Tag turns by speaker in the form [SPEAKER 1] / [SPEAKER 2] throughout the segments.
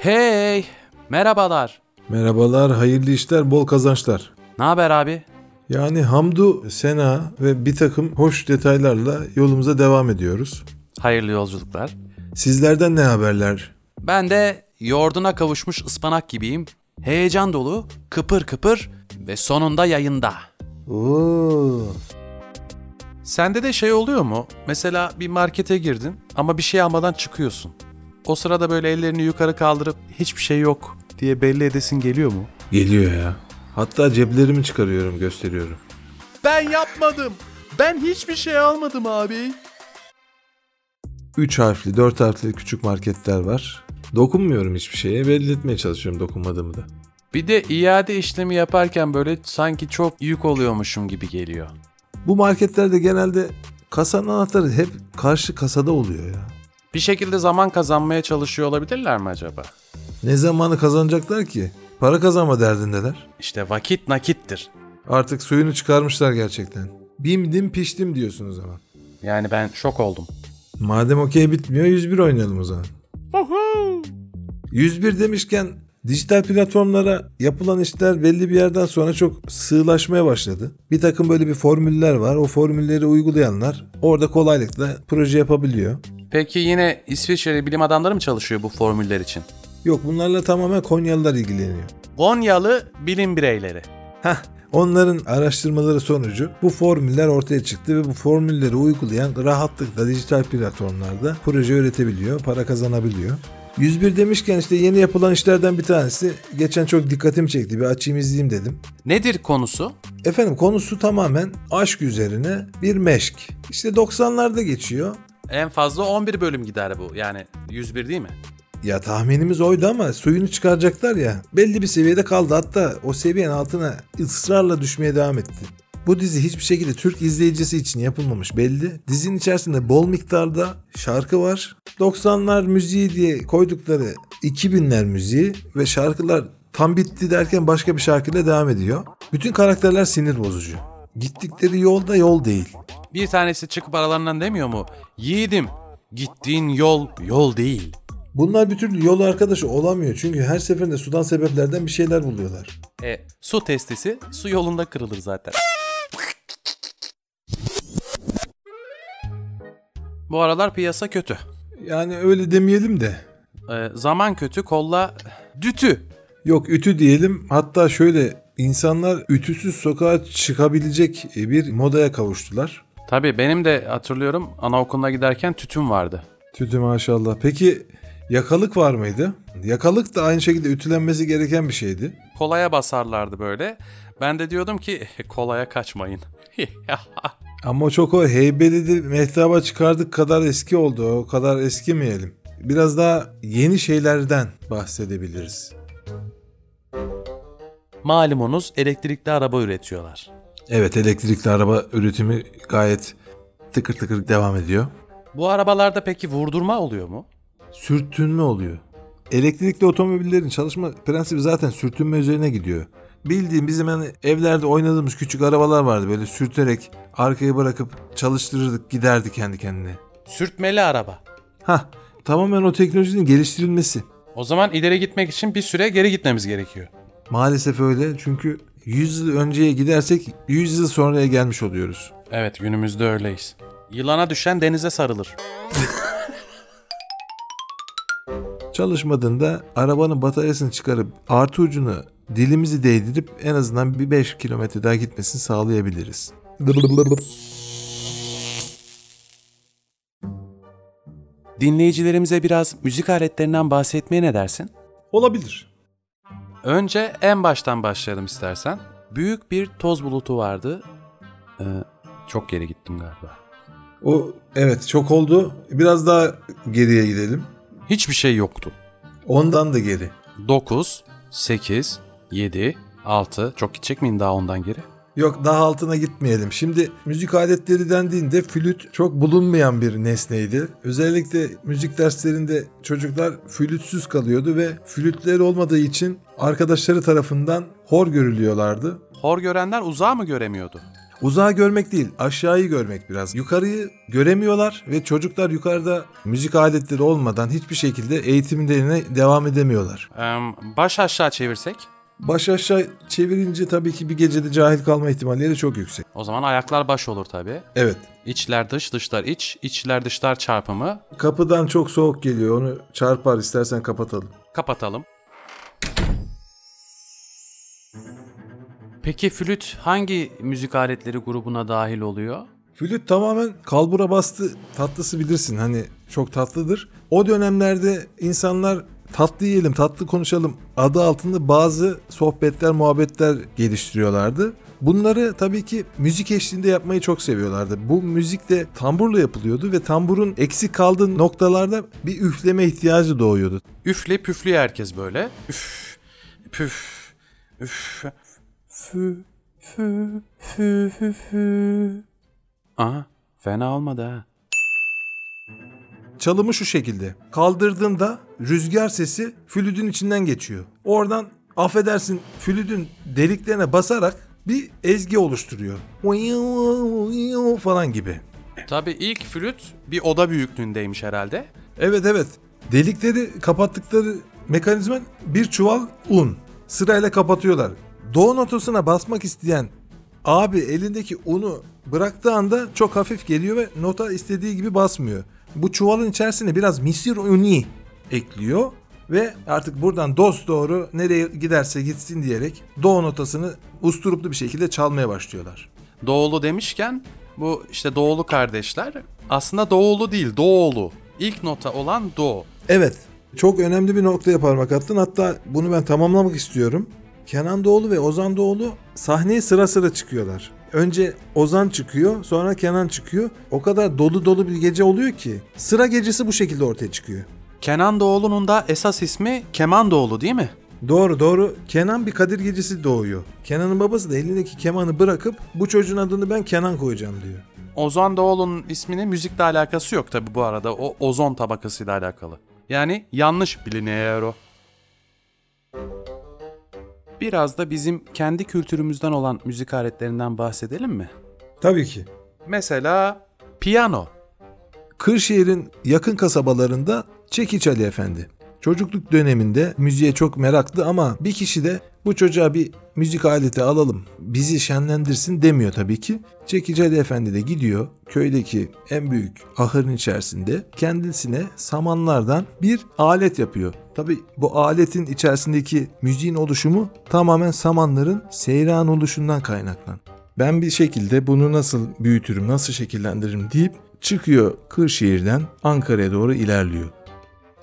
[SPEAKER 1] Hey, merhabalar.
[SPEAKER 2] Merhabalar, hayırlı işler, bol kazançlar.
[SPEAKER 1] Ne haber abi?
[SPEAKER 2] Yani Hamdu, Sena ve bir takım hoş detaylarla yolumuza devam ediyoruz.
[SPEAKER 1] Hayırlı yolculuklar.
[SPEAKER 2] Sizlerden ne haberler?
[SPEAKER 1] Ben de yoğurduna kavuşmuş ıspanak gibiyim. Heyecan dolu, kıpır kıpır ve sonunda yayında.
[SPEAKER 3] Sende de şey oluyor mu? Mesela bir markete girdin ama bir şey almadan çıkıyorsun. O sırada böyle ellerini yukarı kaldırıp hiçbir şey yok diye belli edesin geliyor mu?
[SPEAKER 2] Geliyor ya. Hatta ceplerimi çıkarıyorum, gösteriyorum.
[SPEAKER 3] Ben yapmadım. Ben hiçbir şey almadım abi.
[SPEAKER 2] 3 harfli, 4 harfli küçük marketler var. Dokunmuyorum hiçbir şeye, belli etmeye çalışıyorum dokunmadığımı da.
[SPEAKER 3] Bir de iade işlemi yaparken böyle sanki çok yük oluyormuşum gibi geliyor.
[SPEAKER 2] Bu marketlerde genelde kasanın anahtarı hep karşı kasada oluyor ya.
[SPEAKER 3] Bir şekilde zaman kazanmaya çalışıyor olabilirler mi acaba?
[SPEAKER 2] Ne zamanı kazanacaklar ki? Para kazanma derdindeler.
[SPEAKER 3] İşte vakit nakittir.
[SPEAKER 2] Artık suyunu çıkarmışlar gerçekten. Bimdim piştim diyorsunuz ama.
[SPEAKER 3] Yani ben şok oldum.
[SPEAKER 2] Madem okey bitmiyor 101 oynayalım o zaman. 101 demişken dijital platformlara yapılan işler belli bir yerden sonra çok sığlaşmaya başladı. Bir takım böyle bir formüller var. O formülleri uygulayanlar orada kolaylıkla proje yapabiliyor.
[SPEAKER 3] Peki yine İsviçreli bilim adamları mı çalışıyor bu formüller için?
[SPEAKER 2] Yok bunlarla tamamen Konyalılar ilgileniyor.
[SPEAKER 3] Konyalı bilim bireyleri.
[SPEAKER 2] Heh, onların araştırmaları sonucu bu formüller ortaya çıktı ve bu formülleri uygulayan rahatlıkla dijital platformlarda proje üretebiliyor, para kazanabiliyor. 101 demişken işte yeni yapılan işlerden bir tanesi geçen çok dikkatimi çekti bir açayım izleyeyim dedim.
[SPEAKER 3] Nedir konusu?
[SPEAKER 2] Efendim konusu tamamen aşk üzerine bir meşk. İşte 90'larda geçiyor.
[SPEAKER 3] En fazla 11 bölüm gider bu. Yani 101 değil mi?
[SPEAKER 2] Ya tahminimiz oydu ama suyunu çıkaracaklar ya. Belli bir seviyede kaldı hatta o seviyenin altına ısrarla düşmeye devam etti. Bu dizi hiçbir şekilde Türk izleyicisi için yapılmamış belli. Dizinin içerisinde bol miktarda şarkı var. 90'lar müziği diye koydukları 2000'ler müziği ve şarkılar tam bitti derken başka bir şarkıyla devam ediyor. Bütün karakterler sinir bozucu. Gittikleri yol da yol değil.
[SPEAKER 3] Bir tanesi çıkıp aralarından demiyor mu? Yiğidim, gittiğin yol yol değil.
[SPEAKER 2] Bunlar bir türlü yol arkadaşı olamıyor çünkü her seferinde sudan sebeplerden bir şeyler buluyorlar.
[SPEAKER 3] E, su testisi su yolunda kırılır zaten. Bu aralar piyasa kötü.
[SPEAKER 2] Yani öyle demeyelim de.
[SPEAKER 3] E, zaman kötü, kolla dütü.
[SPEAKER 2] Yok ütü diyelim. Hatta şöyle insanlar ütüsüz sokağa çıkabilecek e, bir modaya kavuştular.
[SPEAKER 3] Tabii benim de hatırlıyorum anaokuluna giderken tütün vardı.
[SPEAKER 2] Tütü maşallah. Peki yakalık var mıydı? Yakalık da aynı şekilde ütülenmesi gereken bir şeydi.
[SPEAKER 3] Kolaya basarlardı böyle. Ben de diyordum ki "Eh, kolaya kaçmayın.
[SPEAKER 2] Ama çok o heybelidi mehtaba çıkardık kadar eski oldu. O kadar eskimeyelim. Biraz daha yeni şeylerden bahsedebiliriz.
[SPEAKER 3] Malumunuz elektrikli araba üretiyorlar.
[SPEAKER 2] Evet elektrikli araba üretimi gayet tıkır tıkır devam ediyor.
[SPEAKER 3] Bu arabalarda peki vurdurma oluyor mu?
[SPEAKER 2] sürtünme oluyor. Elektrikli otomobillerin çalışma prensibi zaten sürtünme üzerine gidiyor. Bildiğim bizim hani evlerde oynadığımız küçük arabalar vardı böyle sürterek arkaya bırakıp çalıştırırdık giderdi kendi kendine.
[SPEAKER 3] Sürtmeli araba.
[SPEAKER 2] Hah tamamen o teknolojinin geliştirilmesi.
[SPEAKER 3] O zaman ileri gitmek için bir süre geri gitmemiz gerekiyor.
[SPEAKER 2] Maalesef öyle çünkü 100 yıl önceye gidersek 100 yıl sonraya gelmiş oluyoruz.
[SPEAKER 3] Evet günümüzde öyleyiz. Yılana düşen denize sarılır.
[SPEAKER 2] Çalışmadığında arabanın bataryasını çıkarıp artı ucunu dilimizi değdirip en azından bir 5 kilometre daha gitmesini sağlayabiliriz.
[SPEAKER 3] Dinleyicilerimize biraz müzik aletlerinden bahsetmeye ne dersin?
[SPEAKER 2] Olabilir.
[SPEAKER 3] Önce en baştan başlayalım istersen. Büyük bir toz bulutu vardı. Ee, çok geri gittim galiba.
[SPEAKER 2] O evet çok oldu. Biraz daha geriye gidelim.
[SPEAKER 3] Hiçbir şey yoktu.
[SPEAKER 2] Ondan da geri.
[SPEAKER 3] 9, 8, 7, 6. Çok gidecek miyim daha ondan geri?
[SPEAKER 2] Yok daha altına gitmeyelim. Şimdi müzik aletleri dendiğinde flüt çok bulunmayan bir nesneydi. Özellikle müzik derslerinde çocuklar flütsüz kalıyordu ve flütleri olmadığı için arkadaşları tarafından hor görülüyorlardı.
[SPEAKER 3] Hor görenler uzağı mı göremiyordu?
[SPEAKER 2] Uzağı görmek değil, aşağıyı görmek biraz. Yukarıyı göremiyorlar ve çocuklar yukarıda müzik aletleri olmadan hiçbir şekilde eğitimlerine devam edemiyorlar.
[SPEAKER 3] Eee, baş aşağı çevirsek?
[SPEAKER 2] Baş aşağı çevirince tabii ki bir gecede cahil kalma ihtimalleri çok yüksek.
[SPEAKER 3] O zaman ayaklar baş olur tabii.
[SPEAKER 2] Evet.
[SPEAKER 3] İçler dış, dışlar iç, içler dışlar çarpımı.
[SPEAKER 2] Kapıdan çok soğuk geliyor. Onu çarpar istersen kapatalım.
[SPEAKER 3] Kapatalım.
[SPEAKER 1] Peki flüt hangi müzik aletleri grubuna dahil oluyor?
[SPEAKER 2] Flüt tamamen kalbura bastı tatlısı bilirsin hani çok tatlıdır. O dönemlerde insanlar tatlı yiyelim tatlı konuşalım adı altında bazı sohbetler muhabbetler geliştiriyorlardı. Bunları tabii ki müzik eşliğinde yapmayı çok seviyorlardı. Bu müzik de tamburla yapılıyordu ve tamburun eksik kaldığı noktalarda bir üfleme ihtiyacı doğuyordu.
[SPEAKER 3] Üfle püflüyor herkes böyle. Üf, püf, üf, fü, fü, fü, fü, fü. Aha, fena olmadı ha.
[SPEAKER 2] Çalımı şu şekilde. Kaldırdığında rüzgar sesi flütün içinden geçiyor. Oradan affedersin flütün deliklerine basarak bir ezgi oluşturuyor. falan gibi.
[SPEAKER 3] Tabii ilk flüt bir oda büyüklüğündeymiş herhalde.
[SPEAKER 2] Evet evet. Delikleri kapattıkları mekanizma bir çuval un. Sırayla kapatıyorlar. Do notasına basmak isteyen abi elindeki unu bıraktığı anda çok hafif geliyor ve nota istediği gibi basmıyor. Bu çuvalın içerisine biraz misir uni ekliyor ve artık buradan dost doğru nereye giderse gitsin diyerek do notasını usturuplu bir şekilde çalmaya başlıyorlar.
[SPEAKER 3] Doğulu demişken bu işte doğulu kardeşler aslında doğulu değil doğulu. İlk nota olan do.
[SPEAKER 2] Evet. Çok önemli bir noktaya parmak attın. Hatta bunu ben tamamlamak istiyorum. Kenan Doğulu ve Ozan Doğulu sahneye sıra sıra çıkıyorlar. Önce Ozan çıkıyor, sonra Kenan çıkıyor. O kadar dolu dolu bir gece oluyor ki sıra gecesi bu şekilde ortaya çıkıyor.
[SPEAKER 3] Kenan Doğulu'nun da esas ismi Keman Doğulu değil mi?
[SPEAKER 2] Doğru doğru. Kenan bir Kadir gecesi doğuyor. Kenan'ın babası da elindeki kemanı bırakıp bu çocuğun adını ben Kenan koyacağım diyor.
[SPEAKER 3] Ozan Doğulu'nun isminin müzikle alakası yok tabi bu arada. O ozon tabakasıyla alakalı. Yani yanlış biliniyor o. Biraz da bizim kendi kültürümüzden olan müzik aletlerinden bahsedelim mi?
[SPEAKER 2] Tabii ki.
[SPEAKER 3] Mesela piyano.
[SPEAKER 2] Kırşehir'in yakın kasabalarında Çekiç Ali Efendi. Çocukluk döneminde müziğe çok meraklı ama bir kişi de bu çocuğa bir müzik aleti alalım bizi şenlendirsin demiyor tabii ki. Çekiç Ali Efendi de gidiyor köydeki en büyük ahırın içerisinde kendisine samanlardan bir alet yapıyor. Tabii bu aletin içerisindeki müziğin oluşumu tamamen samanların seyran oluşundan kaynaklan. Ben bir şekilde bunu nasıl büyütürüm, nasıl şekillendiririm deyip çıkıyor Kırşehir'den Ankara'ya doğru ilerliyor.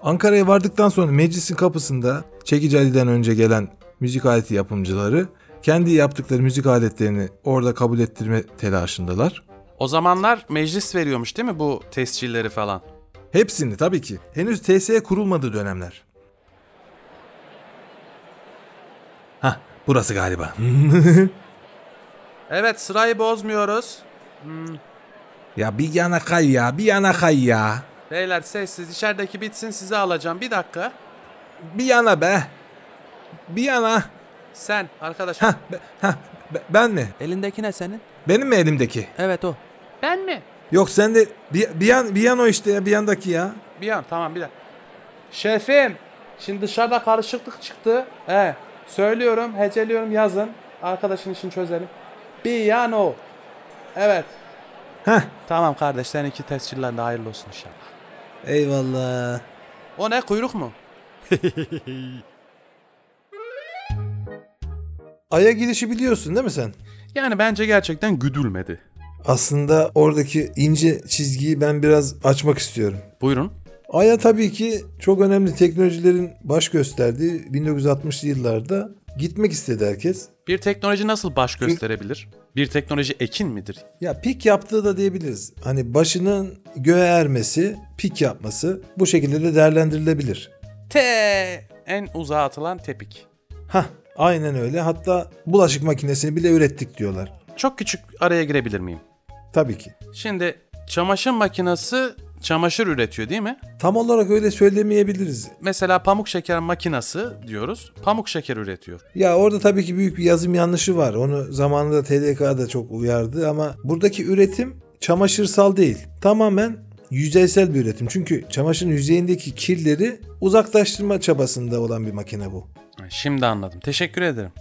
[SPEAKER 2] Ankara'ya vardıktan sonra meclisin kapısında Çekici Ali'den önce gelen müzik aleti yapımcıları kendi yaptıkları müzik aletlerini orada kabul ettirme telaşındalar.
[SPEAKER 3] O zamanlar meclis veriyormuş değil mi bu tescilleri falan?
[SPEAKER 2] Hepsini tabii ki. Henüz TSE kurulmadığı dönemler. Hah burası galiba.
[SPEAKER 3] Evet sırayı bozmuyoruz.
[SPEAKER 2] ya bir yana kay ya bir yana kay ya.
[SPEAKER 3] Beyler sessiz içerideki bitsin sizi alacağım. Bir dakika.
[SPEAKER 2] Bir yana be. Bir yana.
[SPEAKER 3] Sen arkadaş.
[SPEAKER 2] Hah, be- hah, be- ben mi?
[SPEAKER 1] Elindeki ne senin?
[SPEAKER 2] Benim mi elimdeki?
[SPEAKER 1] Evet o.
[SPEAKER 2] Yok sen de bir, bir yan bir yan o işte ya bir yandaki ya.
[SPEAKER 3] Bir an tamam bir dakika. Şefim. Şimdi dışarıda karışıklık çıktı. He. Söylüyorum, heceliyorum yazın. Arkadaşın işini çözelim. Piyano. Evet.
[SPEAKER 2] Heh.
[SPEAKER 3] Tamam kardeş sen iki tescillen de hayırlı olsun inşallah.
[SPEAKER 2] Eyvallah.
[SPEAKER 3] O ne kuyruk mu?
[SPEAKER 2] Ay'a gidişi biliyorsun değil mi sen?
[SPEAKER 3] Yani bence gerçekten güdülmedi.
[SPEAKER 2] Aslında oradaki ince çizgiyi ben biraz açmak istiyorum.
[SPEAKER 3] Buyurun.
[SPEAKER 2] Ay'a tabii ki çok önemli teknolojilerin baş gösterdiği 1960'lı yıllarda gitmek istedi herkes.
[SPEAKER 3] Bir teknoloji nasıl baş gösterebilir? Bir teknoloji ekin midir?
[SPEAKER 2] Ya pik yaptığı da diyebiliriz. Hani başının göğe ermesi, pik yapması bu şekilde de değerlendirilebilir.
[SPEAKER 3] T en uzağa atılan tepik.
[SPEAKER 2] Hah aynen öyle. Hatta bulaşık makinesini bile ürettik diyorlar.
[SPEAKER 3] Çok küçük araya girebilir miyim?
[SPEAKER 2] Tabii ki.
[SPEAKER 3] Şimdi çamaşır makinesi çamaşır üretiyor değil mi?
[SPEAKER 2] Tam olarak öyle söylemeyebiliriz.
[SPEAKER 3] Mesela pamuk şeker makinası diyoruz. Pamuk şeker üretiyor.
[SPEAKER 2] Ya orada tabii ki büyük bir yazım yanlışı var. Onu zamanında TDK'da çok uyardı ama buradaki üretim çamaşırsal değil. Tamamen yüzeysel bir üretim. Çünkü çamaşırın yüzeyindeki kirleri uzaklaştırma çabasında olan bir makine bu.
[SPEAKER 3] Şimdi anladım. Teşekkür ederim.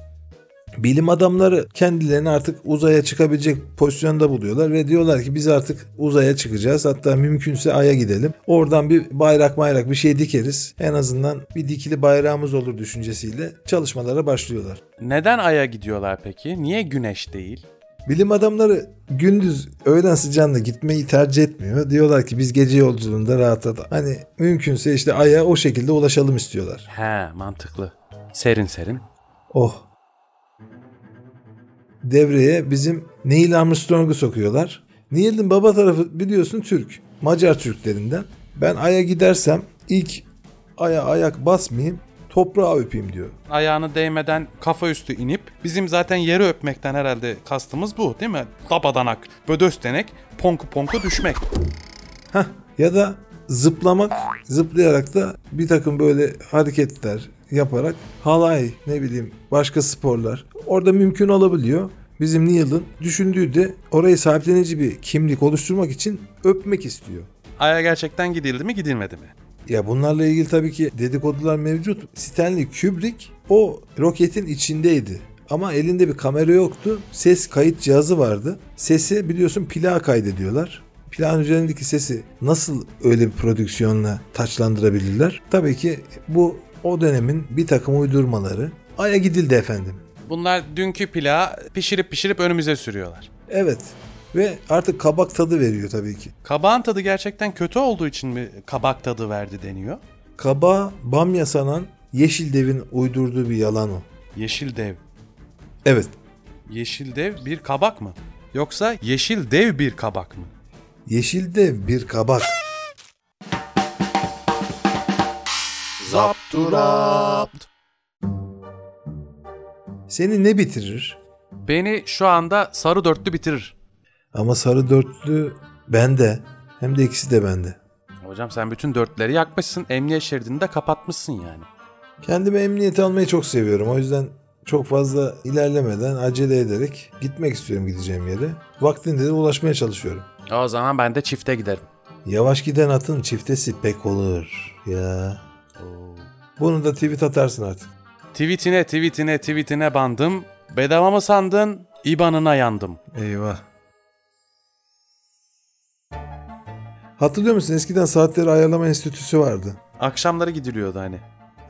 [SPEAKER 2] Bilim adamları kendilerini artık uzaya çıkabilecek pozisyonda buluyorlar ve diyorlar ki biz artık uzaya çıkacağız. Hatta mümkünse aya gidelim. Oradan bir bayrak bayrak bir şey dikeriz. En azından bir dikili bayrağımız olur düşüncesiyle çalışmalara başlıyorlar.
[SPEAKER 3] Neden Ay'a gidiyorlar peki? Niye Güneş değil?
[SPEAKER 2] Bilim adamları gündüz öğlen sıcağında gitmeyi tercih etmiyor. Diyorlar ki biz gece yolculuğunda rahat rahat hani mümkünse işte aya o şekilde ulaşalım istiyorlar.
[SPEAKER 3] He mantıklı. Serin serin.
[SPEAKER 2] Oh. Devreye bizim Neil Armstrong'u sokuyorlar. Neil'in baba tarafı biliyorsun Türk. Macar Türklerinden. Ben aya gidersem ilk aya ayak basmayayım toprağı öpeyim diyor.
[SPEAKER 3] Ayağını değmeden kafa üstü inip bizim zaten yeri öpmekten herhalde kastımız bu değil mi? Dabadanak, bödöstenek, ponku ponku düşmek.
[SPEAKER 2] Heh. Ya da zıplamak, zıplayarak da bir takım böyle hareketler yaparak halay ne bileyim başka sporlar orada mümkün olabiliyor. Bizim Neil'ın düşündüğü de orayı sahiplenici bir kimlik oluşturmak için öpmek istiyor.
[SPEAKER 3] Ay'a gerçekten gidildi mi gidilmedi mi?
[SPEAKER 2] Ya bunlarla ilgili tabii ki dedikodular mevcut. Stanley Kubrick o roketin içindeydi. Ama elinde bir kamera yoktu. Ses kayıt cihazı vardı. Sesi biliyorsun plağa kaydediyorlar. Plan üzerindeki sesi nasıl öyle bir prodüksiyonla taçlandırabilirler? Tabii ki bu o dönemin bir takım uydurmaları. Ay'a gidildi efendim.
[SPEAKER 3] Bunlar dünkü pilağı pişirip pişirip önümüze sürüyorlar.
[SPEAKER 2] Evet. Ve artık kabak tadı veriyor tabii ki.
[SPEAKER 3] Kabağın tadı gerçekten kötü olduğu için mi kabak tadı verdi deniyor?
[SPEAKER 2] Kaba bamya sanan Yeşil Dev'in uydurduğu bir yalan o.
[SPEAKER 3] Yeşil dev.
[SPEAKER 2] Evet.
[SPEAKER 3] Yeşil dev bir kabak mı? Yoksa yeşil dev bir kabak mı?
[SPEAKER 2] Yeşil Dev bir kabak.
[SPEAKER 3] Zapturapt.
[SPEAKER 2] Seni ne bitirir?
[SPEAKER 3] Beni şu anda sarı dörtlü bitirir.
[SPEAKER 2] Ama sarı dörtlü bende. Hem de ikisi de bende.
[SPEAKER 3] Hocam sen bütün dörtleri yakmışsın. Emniyet şeridini de kapatmışsın yani.
[SPEAKER 2] Kendimi emniyete almayı çok seviyorum. O yüzden çok fazla ilerlemeden acele ederek gitmek istiyorum gideceğim yere. Vaktinde de ulaşmaya çalışıyorum.
[SPEAKER 3] O zaman ben de çifte giderim.
[SPEAKER 2] Yavaş giden atın çiftesi pek olur ya. Bunu da tweet atarsın artık.
[SPEAKER 3] Tweetine tweetine tweetine bandım. Bedava mı sandın? İban'ına yandım.
[SPEAKER 2] Eyvah. Hatırlıyor musun eskiden saatleri ayarlama enstitüsü vardı.
[SPEAKER 3] Akşamları gidiliyordu hani.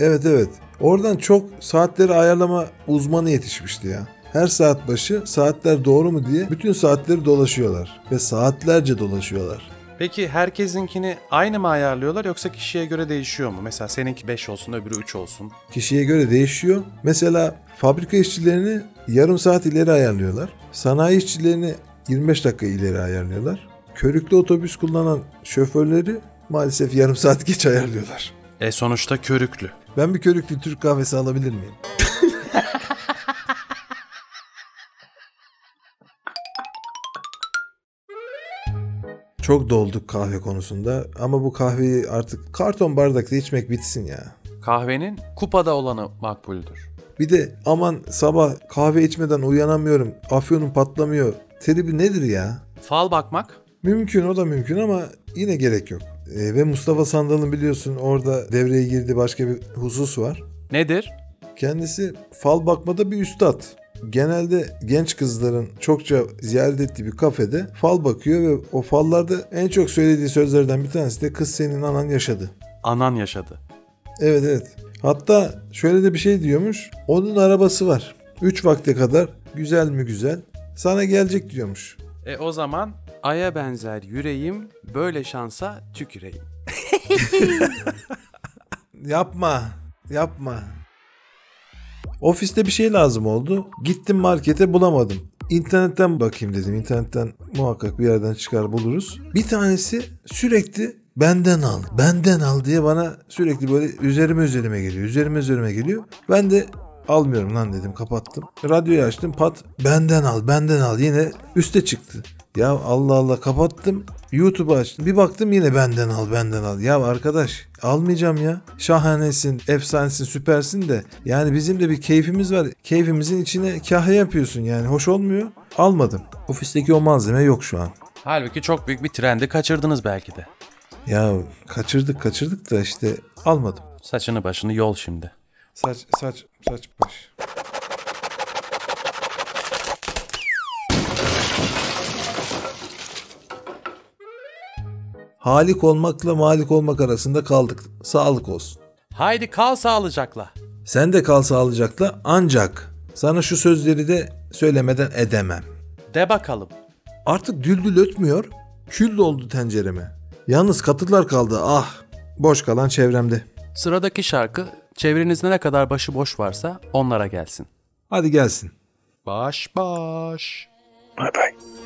[SPEAKER 2] Evet evet. Oradan çok saatleri ayarlama uzmanı yetişmişti ya. Her saat başı saatler doğru mu diye bütün saatleri dolaşıyorlar ve saatlerce dolaşıyorlar.
[SPEAKER 3] Peki herkesinkini aynı mı ayarlıyorlar yoksa kişiye göre değişiyor mu? Mesela seninki 5 olsun öbürü 3 olsun.
[SPEAKER 2] Kişiye göre değişiyor. Mesela fabrika işçilerini yarım saat ileri ayarlıyorlar. Sanayi işçilerini 25 dakika ileri ayarlıyorlar. Körüklü otobüs kullanan şoförleri maalesef yarım saat geç ayarlıyorlar.
[SPEAKER 3] E sonuçta körüklü.
[SPEAKER 2] Ben bir körüklü Türk kahvesi alabilir miyim? Çok dolduk kahve konusunda ama bu kahveyi artık karton bardakta içmek bitsin ya.
[SPEAKER 3] Kahvenin kupada olanı makbuldür.
[SPEAKER 2] Bir de aman sabah kahve içmeden uyanamıyorum, afyonum patlamıyor. Tribi nedir ya?
[SPEAKER 3] Fal bakmak
[SPEAKER 2] Mümkün o da mümkün ama yine gerek yok. Ee, ve Mustafa Sandal'ın biliyorsun orada devreye girdiği başka bir husus var.
[SPEAKER 3] nedir?
[SPEAKER 2] Kendisi fal bakmada bir üstad. Genelde genç kızların çokça ziyaret ettiği bir kafede fal bakıyor ve o fallarda en çok söylediği sözlerden bir tanesi de kız senin anan yaşadı.
[SPEAKER 3] Anan yaşadı.
[SPEAKER 2] Evet evet. Hatta şöyle de bir şey diyormuş. Onun arabası var. 3 vakte kadar güzel mi güzel sana gelecek diyormuş.
[SPEAKER 3] E o zaman
[SPEAKER 1] Aya benzer yüreğim, böyle şansa tüküreyim.
[SPEAKER 2] Yapma. Yapma. Ofiste bir şey lazım oldu. Gittim markete bulamadım. İnternetten bakayım dedim. İnternetten muhakkak bir yerden çıkar buluruz. Bir tanesi sürekli benden al, benden al diye bana sürekli böyle üzerime üzerime geliyor, üzerime üzerime geliyor. Ben de almıyorum lan dedim kapattım. Radyoyu açtım pat benden al, benden al yine üste çıktı. Ya Allah Allah kapattım. YouTube'u açtım. Bir baktım yine benden al benden al. Ya arkadaş almayacağım ya. Şahanesin, efsanesin, süpersin de. Yani bizim de bir keyfimiz var. Keyfimizin içine kahya yapıyorsun yani. Hoş olmuyor. Almadım. Ofisteki o malzeme yok şu an.
[SPEAKER 3] Halbuki çok büyük bir trendi kaçırdınız belki de.
[SPEAKER 2] Ya kaçırdık kaçırdık da işte almadım.
[SPEAKER 3] Saçını başını yol şimdi.
[SPEAKER 2] Saç saç saç baş. Halik olmakla malik olmak arasında kaldık. Sağlık olsun.
[SPEAKER 3] Haydi kal sağlıcakla.
[SPEAKER 2] Sen de kal sağlıcakla ancak sana şu sözleri de söylemeden edemem.
[SPEAKER 3] De bakalım.
[SPEAKER 2] Artık düldül ötmüyor, kül doldu tencereme. Yalnız katıklar kaldı ah, boş kalan çevremde.
[SPEAKER 3] Sıradaki şarkı çevrenizde ne kadar başıboş varsa onlara gelsin.
[SPEAKER 2] Hadi gelsin.
[SPEAKER 3] Baş baş.
[SPEAKER 4] Bye bye.